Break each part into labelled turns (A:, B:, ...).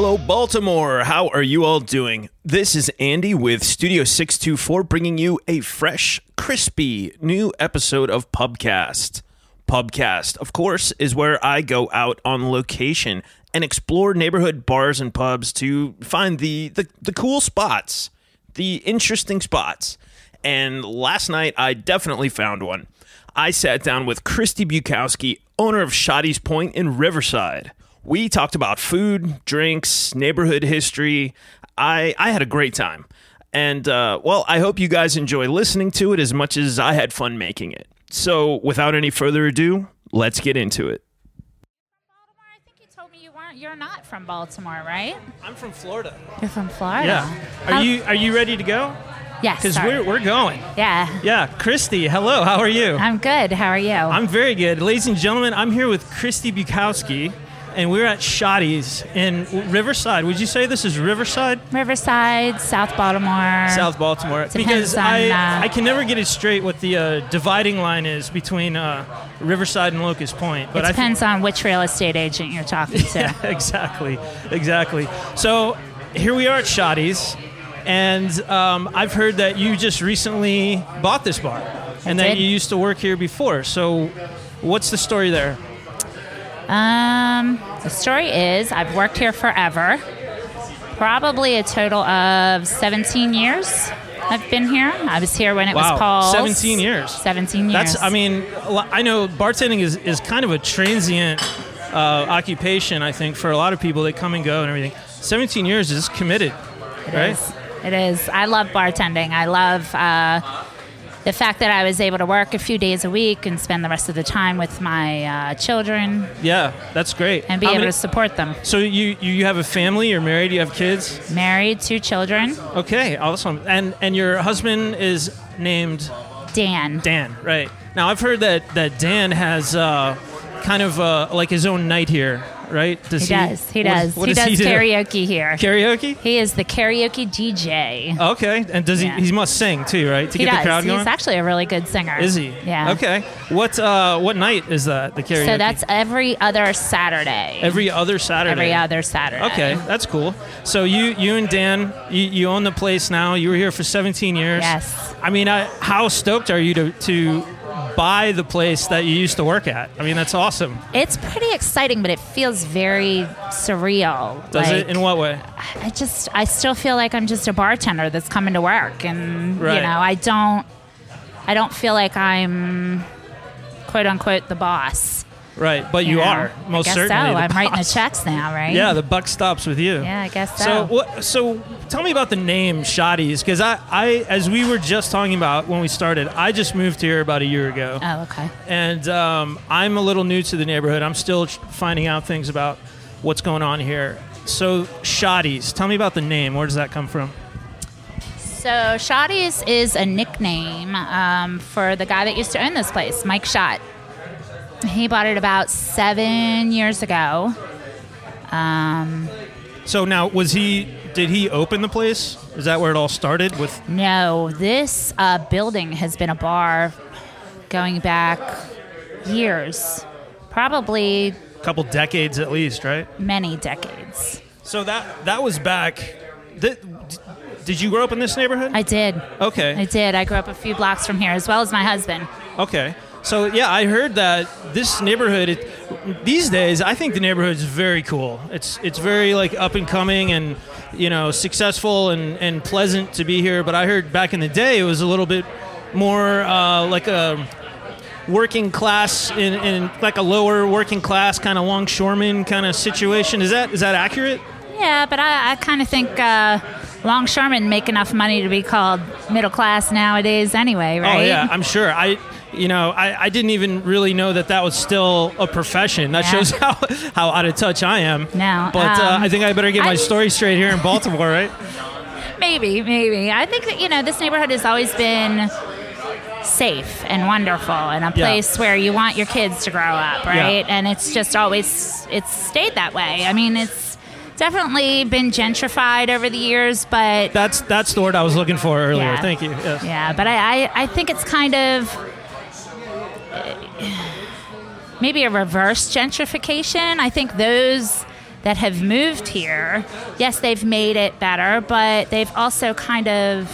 A: Baltimore. How are you all doing? This is Andy with Studio 624 bringing you a fresh, crispy new episode of Pubcast. Pubcast, of course, is where I go out on location and explore neighborhood bars and pubs to find the, the, the cool spots, the interesting spots. And last night, I definitely found one. I sat down with Christy Bukowski, owner of Shoddy's Point in Riverside. We talked about food, drinks, neighborhood history. I, I had a great time. And, uh, well, I hope you guys enjoy listening to it as much as I had fun making it. So, without any further ado, let's get into it.
B: Baltimore? I think you told me you weren't. You're not from Baltimore, right?
A: I'm from Florida.
B: You're from Florida.
C: Yeah. Are you are you ready to go?
B: Yes.
C: Because
B: sorry.
C: we're we're going.
B: yeah.
C: Yeah. Christy, hello. How are you?
B: I'm good. How are you?
C: I'm very good, ladies and gentlemen. I'm here with Christy Bukowski, and we're at Shotty's in Riverside. Would you say this is Riverside,
B: Riverside, South Baltimore.
C: South Baltimore?
B: Uh, Depends
C: because
B: on,
C: I
B: uh,
C: I can never get it straight what the uh, dividing line is between uh, Riverside and Locust Point.
B: It
C: But I think-
B: depends on which real estate agent you're talking to.
C: Yeah, exactly, exactly. So here we are at Shotty's, and um, I've heard that you just recently bought this bar, and that
B: did.
C: you used to work here before. So, what's the story there?
B: Um, the story is I've worked here forever. Probably a total of 17 years. I've been here. I was here when it
C: Wow,
B: was Paul's.
C: 17 years.
B: 17 years.
C: That's, I mean, a lo- I know bartending is, is kind of a transient uh, occupation. I think for a lot of people, they come and go and everything. Seventeen years is committed, right?
B: It is. It is. I love bartending. I love uh, the fact that I was able to work a few days a week and spend the rest of the time with my uh, children
C: Yeah, that's great.
B: and be
C: How
B: able
C: many-
B: to support them.
C: so you, you you have a family? You're married? You have kids?
B: Married, two children.
C: Okay, awesome. And and your husband is named
B: Dan.
C: Dan, right? Now I've heard that that Dan has uh, kind of uh, like his own night here, right? Does
B: He does. He does.
C: What, what
B: he does,
C: does, he
B: karaoke here.
C: do? Karaoke.
B: He is the karaoke DJ.
C: Okay, and does
B: Yeah.
C: he? He must sing too, right? To
B: he
C: get
B: does.
C: the crowd going.
B: He's actually a really good singer.
C: is he?
B: Yeah.
C: Okay. What uh, what night is that? The karaoke.
B: So that's every other Saturday.
C: every other Saturday.
B: Every other Saturday.
C: Okay, that's cool. So you you and Dan, you, you own the place now. You were here for 17 years.
B: Yes.
C: I mean, I, how stoked are you to to buy the place that you used to work at? I mean, that's awesome.
B: It's pretty exciting, but it feels very surreal.
C: Does
B: like,
C: it? In what way?
B: I just I still feel like I'm just a bartender that's coming to work and you
C: Right.
B: know I don't I don't feel like I'm quote unquote the boss.
C: Right, but you
B: know?
C: are
B: I
C: most
B: guess
C: certainly.
B: so.
C: the
B: I'm writing the
C: boss.
B: checks now, right?
C: Yeah, the buck stops with you.
B: yeah, I guess so.
C: So what? So tell me about the name Shotties, because I, I, as we were just talking about when we started, I just moved here about a year ago.
B: oh, okay.
C: and um, I'm a little new to the neighborhood. I'm still tr- finding out things about what's going on here. So, Shotties, tell me about the name. Where does that come from?
B: So Shotties is a nickname um, for the guy that used to own this place, Mike Schott. He bought it about seven years ago. Um,
C: So now, was he? Did he open the place? Is that where it all started? With
B: No, this uh, building has been a bar going back years, probably
C: a couple decades at least, right?
B: many decades.
C: So that that was back. Th- d- did you grow up in this neighborhood?
B: I did.
C: okay.
B: I did. I grew up a few blocks from here, as well as my husband.
C: Okay. So yeah, I heard that this neighborhood it, these days, I think the neighborhood's very cool. It's it's very like up and coming and you know successful and and pleasant to be here. But I heard back in the day it was a little bit more uh, like a working class in, in like a lower working class kind of longshoreman kind of situation. Is that is that accurate?
B: Yeah, but I, I kind of think uh, longshoremen make enough money to be called middle class nowadays, anyway, right?
C: Oh yeah, I'm sure. I you know I, I didn't even really know that that was still a profession. That
B: Yeah.
C: shows how how out of touch I am.
B: No,
C: but
B: um,
C: uh, I think I better get my
B: I-
C: story straight here in Baltimore, right?
B: Maybe, maybe. I think that, you know, this neighborhood has always been safe and wonderful and a
C: Yeah.
B: place where you want your kids to grow up, right? And it's just always it's stayed that way. I mean, it's definitely been gentrified over the years, but
C: That's that's the word I was looking for earlier.
B: Yeah.
C: Thank you. Yes.
B: yeah, but I, I, I think it's kind of maybe a reverse gentrification. I think those that have moved here, yes, they've made it better, but they've also kind of,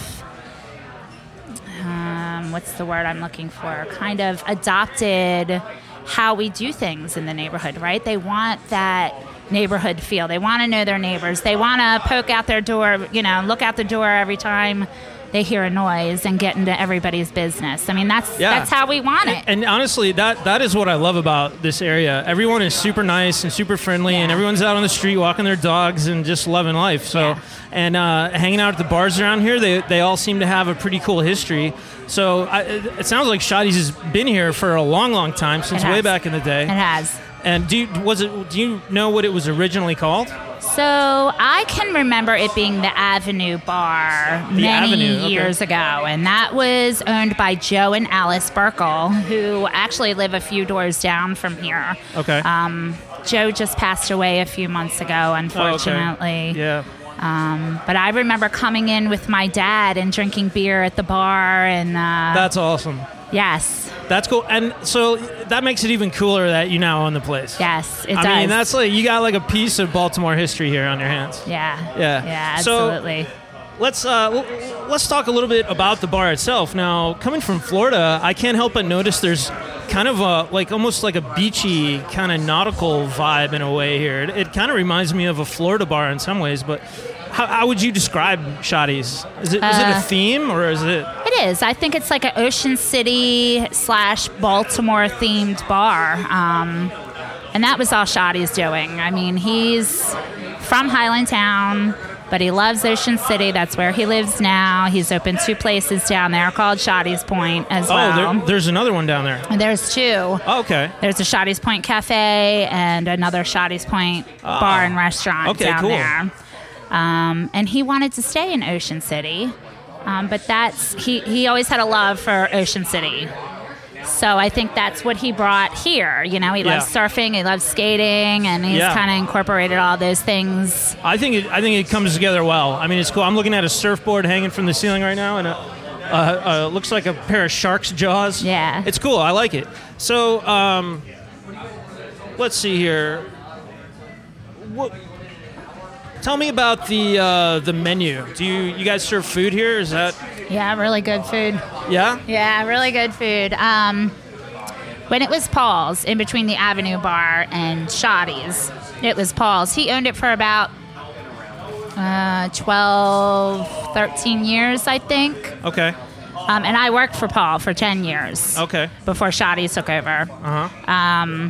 B: um, what's the word I'm looking for? Kind of adopted how we do things in the neighborhood, right? They want that neighborhood feel. They want to know their neighbors. They want to poke out their door, you know, look out the door every time they hear a noise and get into everybody's business. I mean, that's
C: Yeah.
B: that's how we want it.
C: And honestly, that that is what I love about this area. Everyone is super nice and super friendly, and
B: Yeah.
C: everyone's out on the street walking their dogs and just loving life. So,
B: Yeah.
C: and uh, hanging out at the bars around here, they they all seem to have a pretty cool history. So I, it it sounds like Shadi's has been here for a long, long time since
B: It
C: way
B: has.
C: back in the day.
B: It has.
C: And do you, was it? Do you know what it was originally called?
B: So I can remember it being the Avenue Bar
C: The
B: many
C: Avenue, okay.
B: years ago, and that was owned by Joe and Alice Burkle, who actually live a few doors down from here.
C: Okay.
B: Um, Joe just passed away a few months ago,
C: Oh, okay.
B: unfortunately.
C: Yeah.
B: Um, but I remember coming in with my dad and drinking beer at the bar, and uh,
C: That's awesome.
B: yes,
C: That's cool. And so that makes it even cooler that you now own the place.
B: yes, it
C: I
B: does.
C: mean, that's like you got like a piece of Baltimore history here on your hands.
B: yeah,
C: Yeah.
B: yeah,
C: So-
B: absolutely.
C: Let's uh, l- let's talk a little bit about the bar itself. Now, coming from Florida, I can't help but notice there's kind of a like almost like a beachy kind of nautical vibe in a way here. It, it kind of reminds me of a Florida bar in some ways, but. How, how would you describe Shotties? Is it, is it a
B: Uh,
C: theme or is it
B: It is. I think it's like an Ocean City slash Baltimore themed bar. Um, and that was all Shotty's doing. I mean, he's from Highland Town, but he loves Ocean City. That's where he lives now. He's opened two places down there called Shotty's Point as
C: Oh,
B: well.
C: there, there's another one down there.
B: And There's two.
C: Oh, okay.
B: There's a Shotty's Point Cafe and another Shotty's Point bar and restaurant
C: Ah. okay,
B: down
C: cool.
B: there. Um, and he wanted to stay in Ocean City, um, but that's he, he always had a love for Ocean City. So I think that's what he brought here. You know, he
C: Yeah.
B: loves surfing, he loves skating, and he's
C: Yeah.
B: kind of incorporated all those things.
C: I think it, I think it comes together well. I mean, it's cool. I'm looking at a surfboard hanging from the ceiling right now, and it uh, uh, looks like a pair of shark's jaws.
B: Yeah.
C: it's cool. I like it. So, um, let's see here. What? Tell me about the uh, the menu. Do you you guys serve food here? Is that
B: Yeah, really good food.
C: yeah?
B: Yeah, really good food. Um, when it was Paul's, in between the Avenue Bar and Shoddy's, it was Paul's. He owned it for about uh, 12, 13 years, I think.
C: Okay,
B: Um, and I worked for Paul for 10 years
C: okay,
B: before Shoddy's took over. Um,
C: uh huh,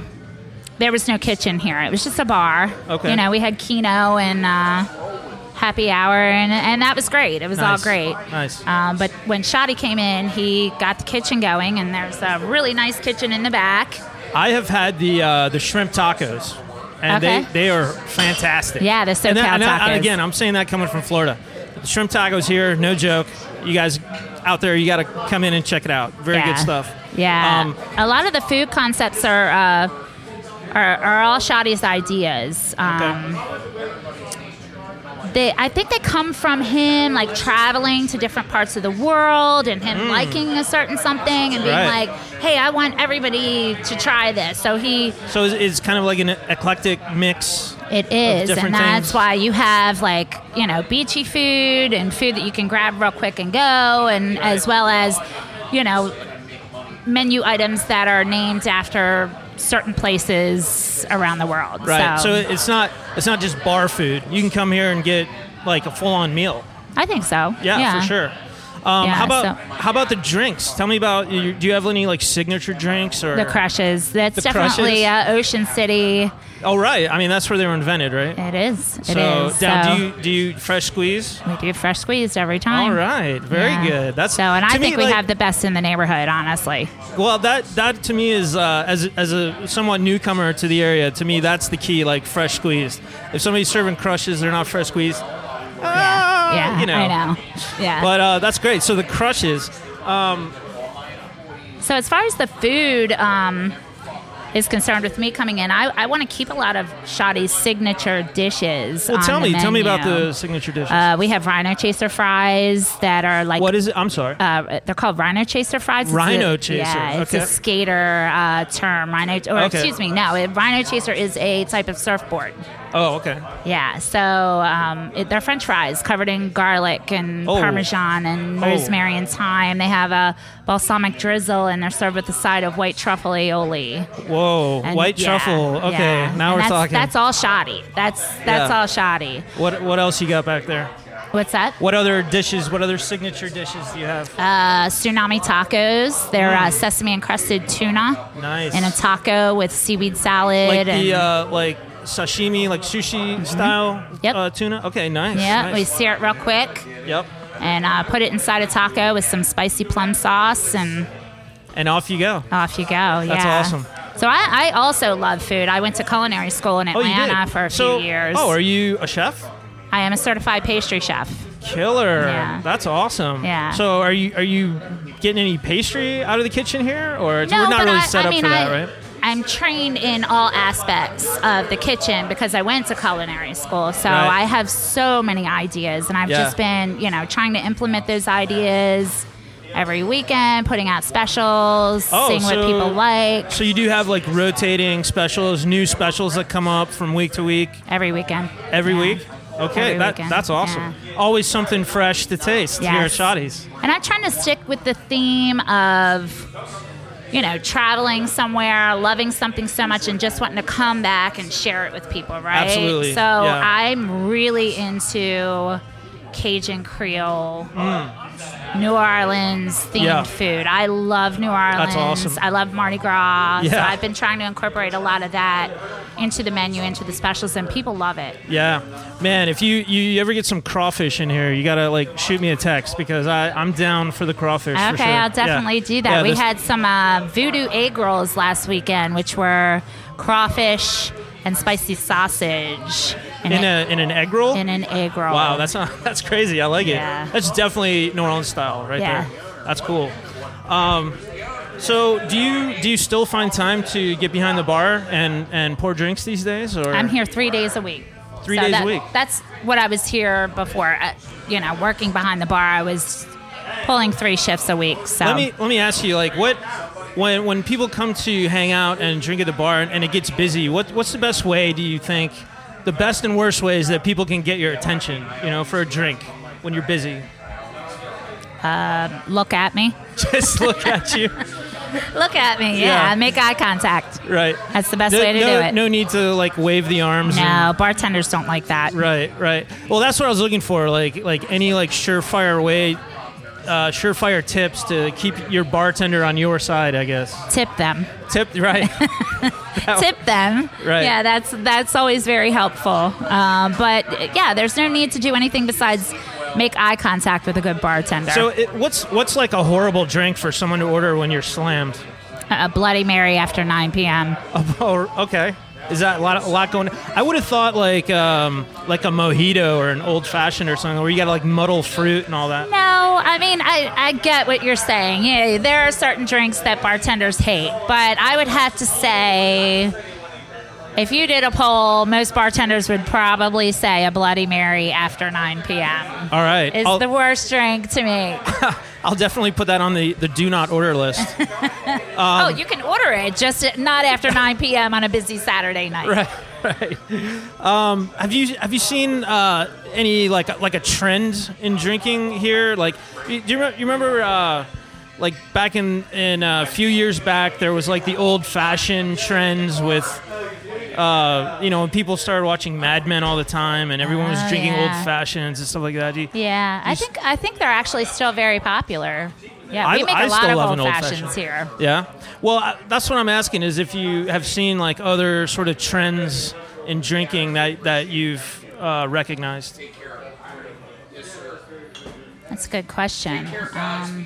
B: There was no kitchen here, it was just a bar.
C: Okay.
B: You know, we had Kino and uh, Happy Hour, and, and that was great. It was all great.
C: Nice.
B: Um, but when Shoddy came in, he got the kitchen going, and there's a really nice kitchen in the back.
C: I have had the uh, the shrimp tacos, and
B: Okay.
C: they, they are fantastic.
B: Yeah, the
C: and that,
B: SoCal
C: and that- and
B: tacos.
C: again, I'm saying that coming from Florida. The shrimp tacos here, no joke. You guys out there, you got to come in and check it out. Very
B: Yeah.
C: good stuff.
B: Yeah.
C: Um,
B: a lot of the food concepts are uh, are, are all Shoddy's ideas. Um, They, I think they come from him like traveling to different parts of the world and him liking a certain something and being
C: Mm. Right.
B: like, "Hey, I want everybody to try this." So he
C: So it's, it's kind of like an eclectic mix.
B: It is, and
C: different
B: that's
C: things.
B: why you have like you know beachy food and food that you can grab real quick and go, and as well as you know menu items that are named after certain places around the world.
C: Right.
B: So,
C: So, it's not it's not just bar food. You can come here and get like a full on meal.
B: I think so.
C: Yeah, for sure. Um,
B: Yeah,
C: how about
B: so-
C: how about the drinks? Tell me about. you- Do you have any like signature drinks or?
B: The crushes. That's
C: The
B: definitely
C: crushes?
B: Uh, Ocean City.
C: Oh right. I mean that's where they were invented, right?
B: It is. It is.
C: so down,
B: So
C: do you do you fresh squeeze?
B: we do fresh squeezed every time.
C: All right, very
B: Yeah.
C: good. That's
B: so, and I
C: to me,
B: think we
C: like-
B: have the best in the neighborhood, honestly.
C: Well, that that to me is uh, as as a somewhat newcomer to the area. To me, that's the key. Like fresh squeezed. If somebody's serving crushes, they're not fresh squeezed. ah,
B: yeah,
C: you know.
B: I know. Yeah.
C: But uh, that's great. So the crushes.
B: So as far as the food um, is concerned, with me coming in, I, I want to keep a lot of Shadi's signature dishes.
C: Well,
B: on
C: uh, tell
B: the
C: me, tell me about
B: menu.
C: the signature dishes.
B: Uh, we have Rhino Chaser fries that are like.
C: what is it? I'm sorry.
B: Uh, they're called Rhino Chaser fries. It's
C: Rhino
B: a-
C: chaser,
B: Yeah, it's
C: okay.
B: a skater uh, term. Rhino, or
C: Okay.
B: excuse me, no, it, Rhino Chaser is a type of surfboard.
C: Oh, okay.
B: Yeah, so um, it, they're French fries covered in garlic and
C: Oh.
B: parmesan and
C: Oh.
B: rosemary and thyme. They have a balsamic drizzle, and they're served with a side of white truffle aioli.
C: Whoa,
B: And
C: white
B: yeah,
C: truffle. Okay,
B: yeah.
C: now
B: And
C: we're
B: that's,
C: talking.
B: That's all shoddy. That's that's
C: Yeah.
B: all shoddy.
C: What what else you got back there?
B: What's that?
C: What other dishes? What other signature dishes do you have?
B: Uh, tsunami tacos. They're
C: Mm.
B: uh, sesame encrusted tuna
C: nice.
B: in a taco with seaweed salad.
C: like
B: and, Mm-hmm.
C: the uh, like sashimi, like sushi style
B: Yep.
C: uh, tuna. Okay, nice.
B: yeah, we
C: nice.
B: sear it real quick
C: Yep.
B: and uh, put it inside a taco with some spicy plum sauce and.
C: And off you go.
B: Off you go. Yeah.
C: awesome.
B: So I, I also love food. I went to culinary school in
C: Oh, you
B: Atlanta
C: did.
B: for a
C: so,
B: few years.
C: Oh, are you a chef?
B: I am a certified pastry chef.
C: Killer.
B: Yeah.
C: That's awesome.
B: Yeah.
C: So are you are you getting any pastry out of the kitchen here, or it's,
B: No,
C: we're not
B: but
C: really
B: I,
C: set
B: I
C: up
B: mean,
C: for that,
B: I,
C: right?
B: I'm trained in all aspects of the kitchen because I went to culinary school. So I
C: Right.
B: have so many ideas, and I've
C: Yeah.
B: just been, you know, trying to implement those ideas every weekend, putting out specials,
C: Oh,
B: seeing what
C: so-
B: people like
C: So you do have like rotating specials, new specials that come up from week to week,
B: every weekend.
C: every
B: Yeah.
C: week. Okay,
B: Every
C: that,
B: weekend,
C: that's awesome. Always something fresh to taste here at
B: Yes.
C: Shotties.
B: And I'm trying to stick with the theme of, you know, traveling somewhere, loving something so much, and just wanting to come back and share it with people, right?
C: Absolutely,
B: So
C: yeah.
B: I'm really into Cajun Creole, New Orleans themed
C: Yeah.
B: food. I love New Orleans.
C: awesome.
B: I love Mardi Gras. So
C: Yeah.
B: I've been trying to incorporate a lot of that into the menu, into the specials, and people love it.
C: Yeah, man. If you, you you ever get some crawfish in here, you gotta like shoot me a text because I I'm down for the crawfish. for
B: Okay,
C: sure.
B: I'll
C: Yeah.
B: definitely do that.
C: Yeah,
B: we
C: this-
B: had some uh, voodoo egg rolls last weekend, which were crawfish and spicy sausage in,
C: in
B: a-
C: a in an egg roll.
B: in an egg roll.
C: Wow, that's not, that's crazy. I like
B: Yeah.
C: it. That's definitely New Orleans style right
B: Yeah.
C: there. That's cool. Um, so do you do you still find time to get behind the bar and and pour drinks these days? Or
B: I'm here three days a week.
C: Three days a
B: that-
C: week.
B: That's what I was here before. At, you know, working behind the bar, I was pulling three shifts a week. So
C: Let me let me ask you like what when when people come to hang out and drink at the bar and, and it gets busy, what what's the best way do you think the best and worst ways that people can get your attention, you know, for a drink when you're busy?
B: look at me.
C: Just look at you.
B: Look at me.
C: Yeah.
B: Yeah, make eye contact.
C: Right.
B: That's the best
C: no,
B: way to
C: no-
B: do it.
C: No need to like wave the arms. and-
B: No, bartenders don't like that.
C: Right, right. Well, that's what I was looking for. Like, like any like surefire way, uh, surefire tips to keep your bartender on your side. I guess.
B: Tip them.
C: Tip right.
B: tip them.
C: Right.
B: Yeah, that's that's always very helpful. Um, but yeah, there's no need to do anything besides make eye contact with a good bartender.
C: so, it, what's what's like a horrible drink for someone to order when you're slammed?
B: a Bloody Mary after 9 p.m.
C: Oh, okay. Is that a lot? A lot going? I would have thought like um, like a mojito or an old fashioned or something where you got to like muddle fruit and all that.
B: No, I mean I, I get what you're saying. Yeah, there are certain drinks that bartenders hate, but I would have to say. If you did a poll, most bartenders would probably say a Bloody Mary after 9 p.m.
C: All right,
B: is
C: I'll,
B: the worst drink to me.
C: I'll definitely put that on the the do not order list.
B: oh,
C: Um,
B: you can order it, just not after 9 p.m. on a busy Saturday night.
C: right, right. Um, have you have you seen uh, any like like a trend in drinking here? Like, you- do you, remem- you remember uh, like back in in a few years back there was like the old fashioned trends with. Uh, you know, when people started watching Mad Men all the time, and everyone was
B: Oh,
C: drinking
B: yeah.
C: old fashions and stuff like that. Do you-
B: Yeah, I
C: s-
B: think I think they're actually still very popular. Yeah,
C: I-
B: we make
C: I
B: a lot
C: still
B: of
C: love
B: old
C: an old
B: fashions
C: fashioned.
B: here.
C: Yeah. Well, I, that's what I'm asking is if you have seen like other sort of trends in drinking that that you've uh, recognized.
B: That's a good question. Um,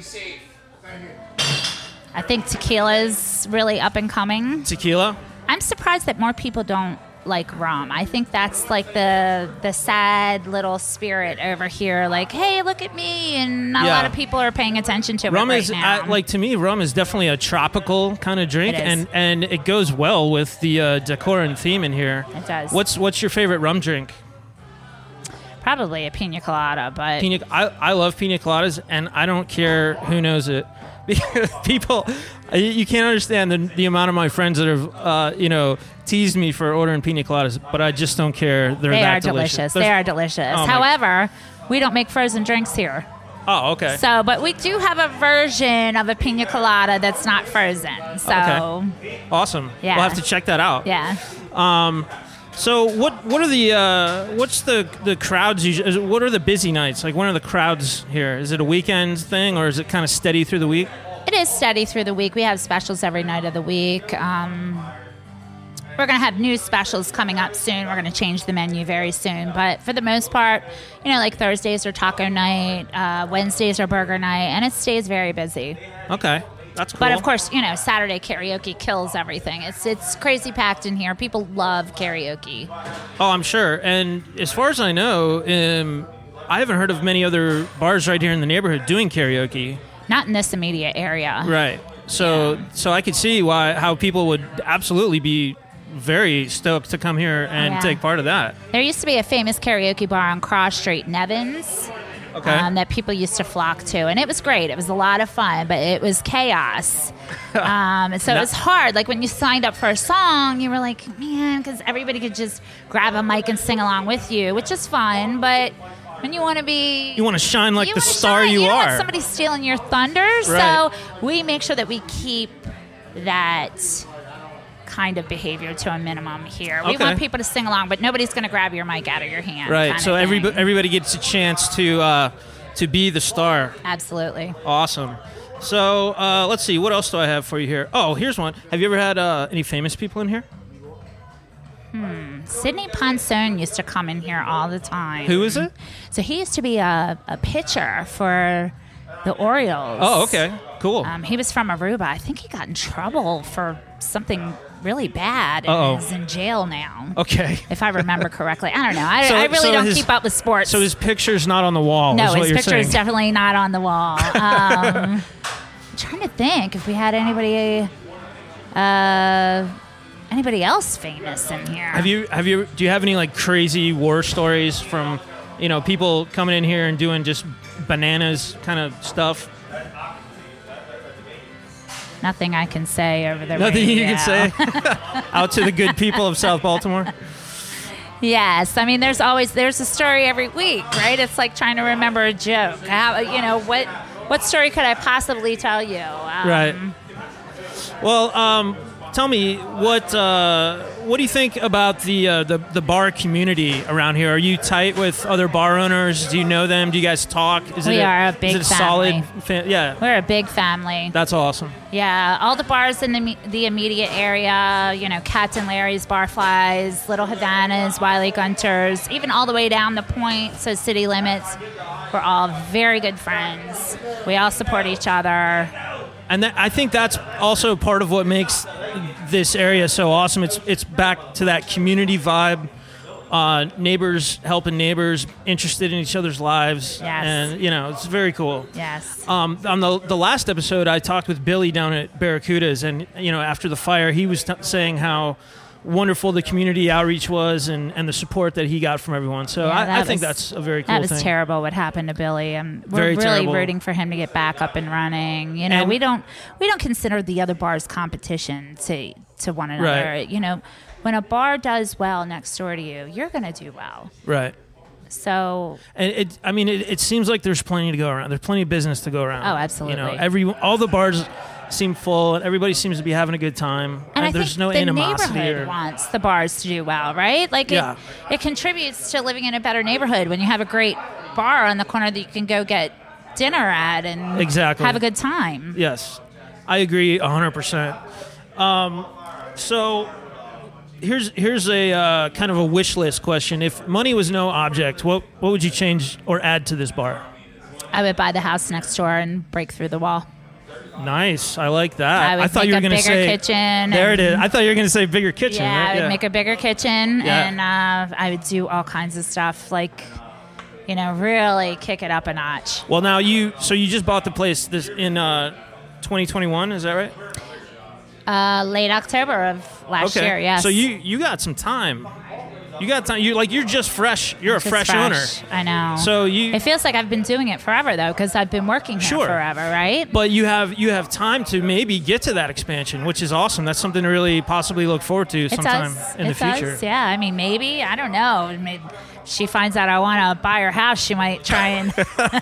B: I think tequila's really up and coming.
C: Tequila.
B: I'm surprised that more people don't like rum. I think that's like the the sad little spirit over here. Like, hey, look at me, and not
C: Yeah.
B: a lot of people are paying attention to
C: rum
B: it right
C: is
B: now.
C: I, like to me rum is definitely a tropical kind of drink
B: It is.
C: and and it goes well with the uh, decor and theme in here
B: It does.
C: what's what's your favorite rum drink
B: probably a pina colada, but
C: pina, I, I love pina coladas and i don't care who knows it Because people, you- you can't understand the, the amount of my friends that have, uh, you know, teased me for ordering pina coladas, but I just don't care. They're
B: They
C: that
B: are delicious.
C: There's-
B: They are delicious.
C: Oh my-
B: However, we don't make frozen drinks here.
C: Oh, okay.
B: So, but we do have a version of a pina colada that's not frozen. So,
C: awesome.
B: Yeah.
C: We'll have to check that out.
B: yeah.
C: So what what are the uh, what's the the crowds usually? Is it, what are the busy nights like? When are the crowds here? Is it a weekend thing or is it kind of steady through the week?
B: It is steady through the week. We have specials every night of the week. Um, we're going to have new specials coming up soon. We're going to change the menu very soon. But for the most part, you know, like Thursdays are taco night, uh, Wednesdays are burger night, and it stays very busy.
C: Okay, that's cool.
B: But of course, you know, Saturday karaoke kills everything. It's it's crazy packed in here. People love karaoke.
C: Oh, I'm sure. And as far as I know, um, I haven't heard of many other bars right here in the neighborhood doing karaoke.
B: Not in this immediate area.
C: Right. So so I could see why how people would absolutely be very stoked to come here and
B: Yeah.
C: take part of that.
B: There used to be a famous karaoke bar on Cross Street, Nevins,
C: Okay.
B: um, that people used to flock to, and it was great. It was a lot of fun, but it was chaos. Um, and so it was hard. Like when you signed up for a song, you were like, man, because everybody could just grab a mic and sing along with you, which is fun. But when you want to be,
C: you want to shine like
B: you
C: the
B: wanna
C: star
B: shine.
C: you,
B: don't want
C: are.
B: somebody stealing your thunder.
C: Right.
B: So we make sure that we keep that kind of behavior to a minimum here. We
C: Okay.
B: want people to sing along, but nobody's going to grab your mic out of your hand.
C: right.
B: kinda
C: So everybody
B: thing.
C: everybody gets a chance to uh, to be the star.
B: absolutely.
C: Awesome. So uh, let's see. What else do I have for you here? Oh, here's one. Have you ever had uh, any famous people in here?
B: Sidney Ponson used to come in here all the time.
C: Who is it?
B: So he used to be a, a pitcher for the Orioles.
C: Oh, okay. Cool.
B: Um, he was from Aruba. I think he got in trouble for something really bad and
C: Uh-oh.
B: is in jail now.
C: okay.
B: if I remember correctly. I don't know. I,
C: So-
B: I really
C: so
B: don't
C: his-
B: keep up with sports.
C: So his picture's not on the wall.
B: no,
C: is what
B: his
C: you're
B: picture
C: saying.
B: is definitely not on the wall. Um, I'm trying to think if we had anybody, uh, anybody else famous in here.
C: Have you have you do you have any like crazy war stories from you know people coming in here and doing just bananas kind of stuff?
B: Nothing I can say over there.
C: Nothing you can say out to the good people of South Baltimore.
B: Yes, I mean, there's always there's a story every week, right? It's like trying to remember a joke. How you know what what story could I possibly tell you? Um,
C: Right. Well, um, tell me what uh, what do you think about the, uh, the the bar community around here? Are you tight with other bar owners? Do you know them? Do you guys talk? Is
B: We
C: it
B: are a
C: is
B: big
C: it a
B: family.
C: solid? Fa- yeah,
B: We're a big family.
C: that's awesome.
B: Yeah, all the bars in the, me- the immediate area, you know, Cats and Larry's, Barflies, Little Havanas, Wiley Gunters, even all the way down the point, so city limits. We're all very good friends. We all support each other.
C: and that, I think that's also part of what makes this area so awesome. It's it's back to that community vibe, uh, neighbors helping neighbors, interested in each other's lives,
B: Yes.
C: and you know it's very cool.
B: Yes.
C: Um, on the the last episode, I talked with Billy down at Barracudas, and you know after the fire, he was t- saying how wonderful the community outreach was and, and the support that he got from everyone. So
B: Yeah,
C: I,
B: that
C: I think
B: was-
C: that's a very cool
B: That was
C: thing.
B: terrible what happened to Billy. Um, we're
C: Very
B: really
C: terrible.
B: rooting for him to get back up and running. You know,
C: And-
B: we don't we don't consider the other bars competition to to one another.
C: Right.
B: You know, when a bar does well next door to you, you're going to do well.
C: Right.
B: So
C: And it, I mean, it, it seems like there's plenty to go around. There's plenty of business to go around.
B: Oh, absolutely.
C: You know, every all the bars seem full, and everybody seems to be having a good time. Uh,
B: and I
C: there's
B: think
C: no
B: the
C: animosity.
B: neighborhood
C: or-
B: wants the bars to do well, right? Like
C: Yeah.
B: it, it contributes to living in a better neighborhood when you have a great bar on the corner that you can go get dinner at and
C: Exactly.
B: have a good time.
C: yes, I agree 100. percent um, So here's here's a uh, kind of a wish list question. If money was no object, what what would you change or add to this bar?
B: I would buy the house next door and break through the wall.
C: Nice, I like that.
B: I would
C: thought
B: make
C: you were
B: a
C: going to
B: bigger
C: say
B: kitchen
C: There it
B: and-
C: is. I thought you were going to say bigger kitchen.
B: yeah,
C: right?
B: I would make a bigger kitchen
C: Yeah.
B: and uh, I would do all kinds of stuff like you know, really kick it up a notch.
C: Well, now you so you just bought the place this in uh, 2021, is that right?
B: Uh, late October of last year, yes.
C: So you you got some time. You got time. You like you're just fresh. You're
B: Just
C: a fresh, owner.
B: I know.
C: So you-
B: It feels like I've been doing it forever though, because I've been working here
C: Sure.
B: forever, right?
C: But you have you have time to maybe get to that expansion, which is awesome. That's something to really possibly look forward to
B: it
C: sometime
B: does.
C: in
B: it
C: the future.
B: does. Yeah. I mean, maybe I don't know. I mean, she finds out I want to buy her house, she might try and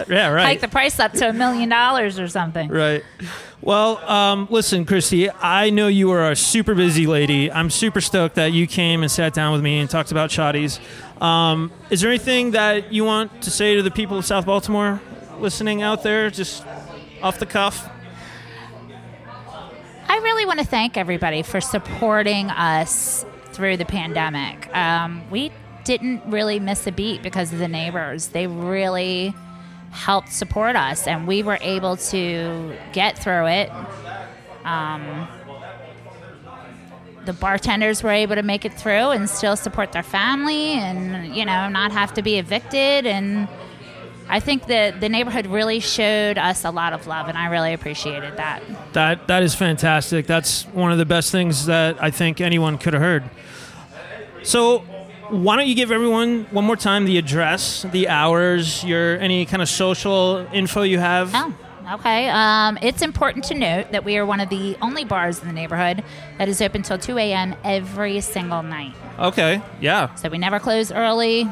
C: Yeah, right.
B: hike the price up to a million dollars or something.
C: Right. Well, um, listen, Christy, I know you are a super busy lady. I'm super stoked that you came and sat down with me and talked about shotties. Um, is there anything that you want to say to the people of South Baltimore listening out there, just off the cuff?
B: I really want to thank everybody for supporting us through the pandemic. Um, we didn't really miss a beat because of the neighbors. They really helped support us, and we were able to get through it. Um, the bartenders were able to make it through and still support their family and, you know, not have to be evicted. And I think that the neighborhood really showed us a lot of love, and I really appreciated that.
C: That that is fantastic. That's one of the best things that I think anyone could have heard. So, why don't you give everyone one more time the address, the hours, your any kind of social info you have?
B: Oh, okay. Um, it's important to note that we are one of the only bars in the neighborhood that is open till 2 a.m. every single night.
C: Okay. Yeah.
B: So we never close early.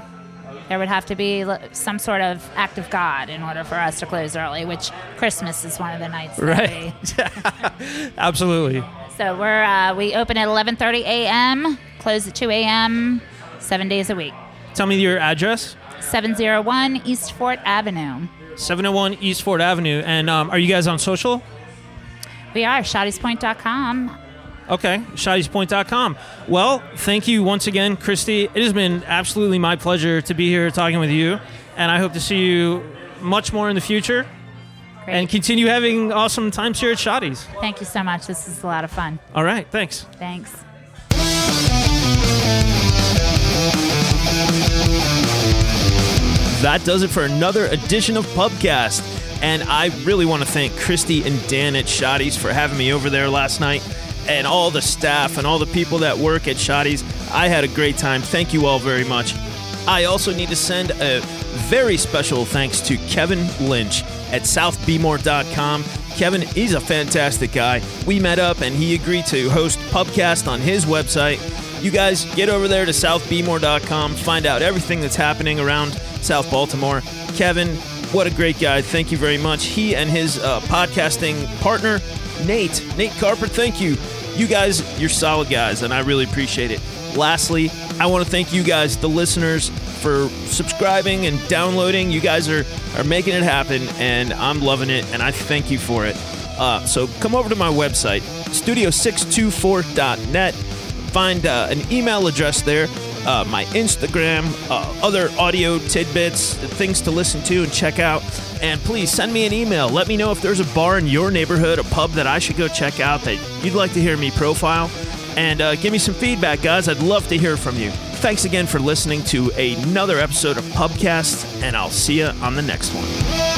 B: There would have to be l- some sort of act of God in order for us to close early, which Christmas is one of the nights. that
C: Right. Absolutely.
B: we- so we're uh, we open at 11:30 a.m., close at 2 a.m., seven days a week.
C: Tell me your address.
B: 701 East Fort Avenue.
C: 701 East Ford Avenue. And um, are you guys on social?
B: We are shottiespoint.com.
C: Okay, shottyspoint.com. Well, thank you once again, Christy. It has been absolutely my pleasure to be here talking with you, and I hope to see you much more in the future
B: Great.
C: and continue having awesome times here at Shotties.
B: Thank you so much. This is a lot of fun.
C: All right, thanks.
B: Thanks.
A: That does it for another edition of Pubcast. And I really want to thank Christy and Dan at Shotties for having me over there last night and all the staff and all the people that work at Shotties. I had a great time. Thank you all very much. I also need to send a very special thanks to Kevin Lynch at southbmore.com. Kevin, he's a fantastic guy. We met up and he agreed to host Pubcast on his website. You guys get over there to southbmore.com, find out everything that's happening around South Baltimore. Kevin, what a great guy. Thank you very much. He and his uh, podcasting partner, Nate, Nate Carper, thank you. You guys, you're solid guys, and I really appreciate it. Lastly, I want to thank you guys, the listeners, for subscribing and downloading. You guys are, are making it happen, and I'm loving it, and I thank you for it. Uh, so come over to my website, studio624.net find uh, an email address there, uh, my Instagram, uh, other audio tidbits, things to listen to and check out. And please send me an email. Let me know if there's a bar in your neighborhood, a pub that I should go check out that you'd like to hear me profile. And uh, give me some feedback, guys. I'd love to hear from you. Thanks again for listening to another episode of Pubcast, and I'll see you on the next one.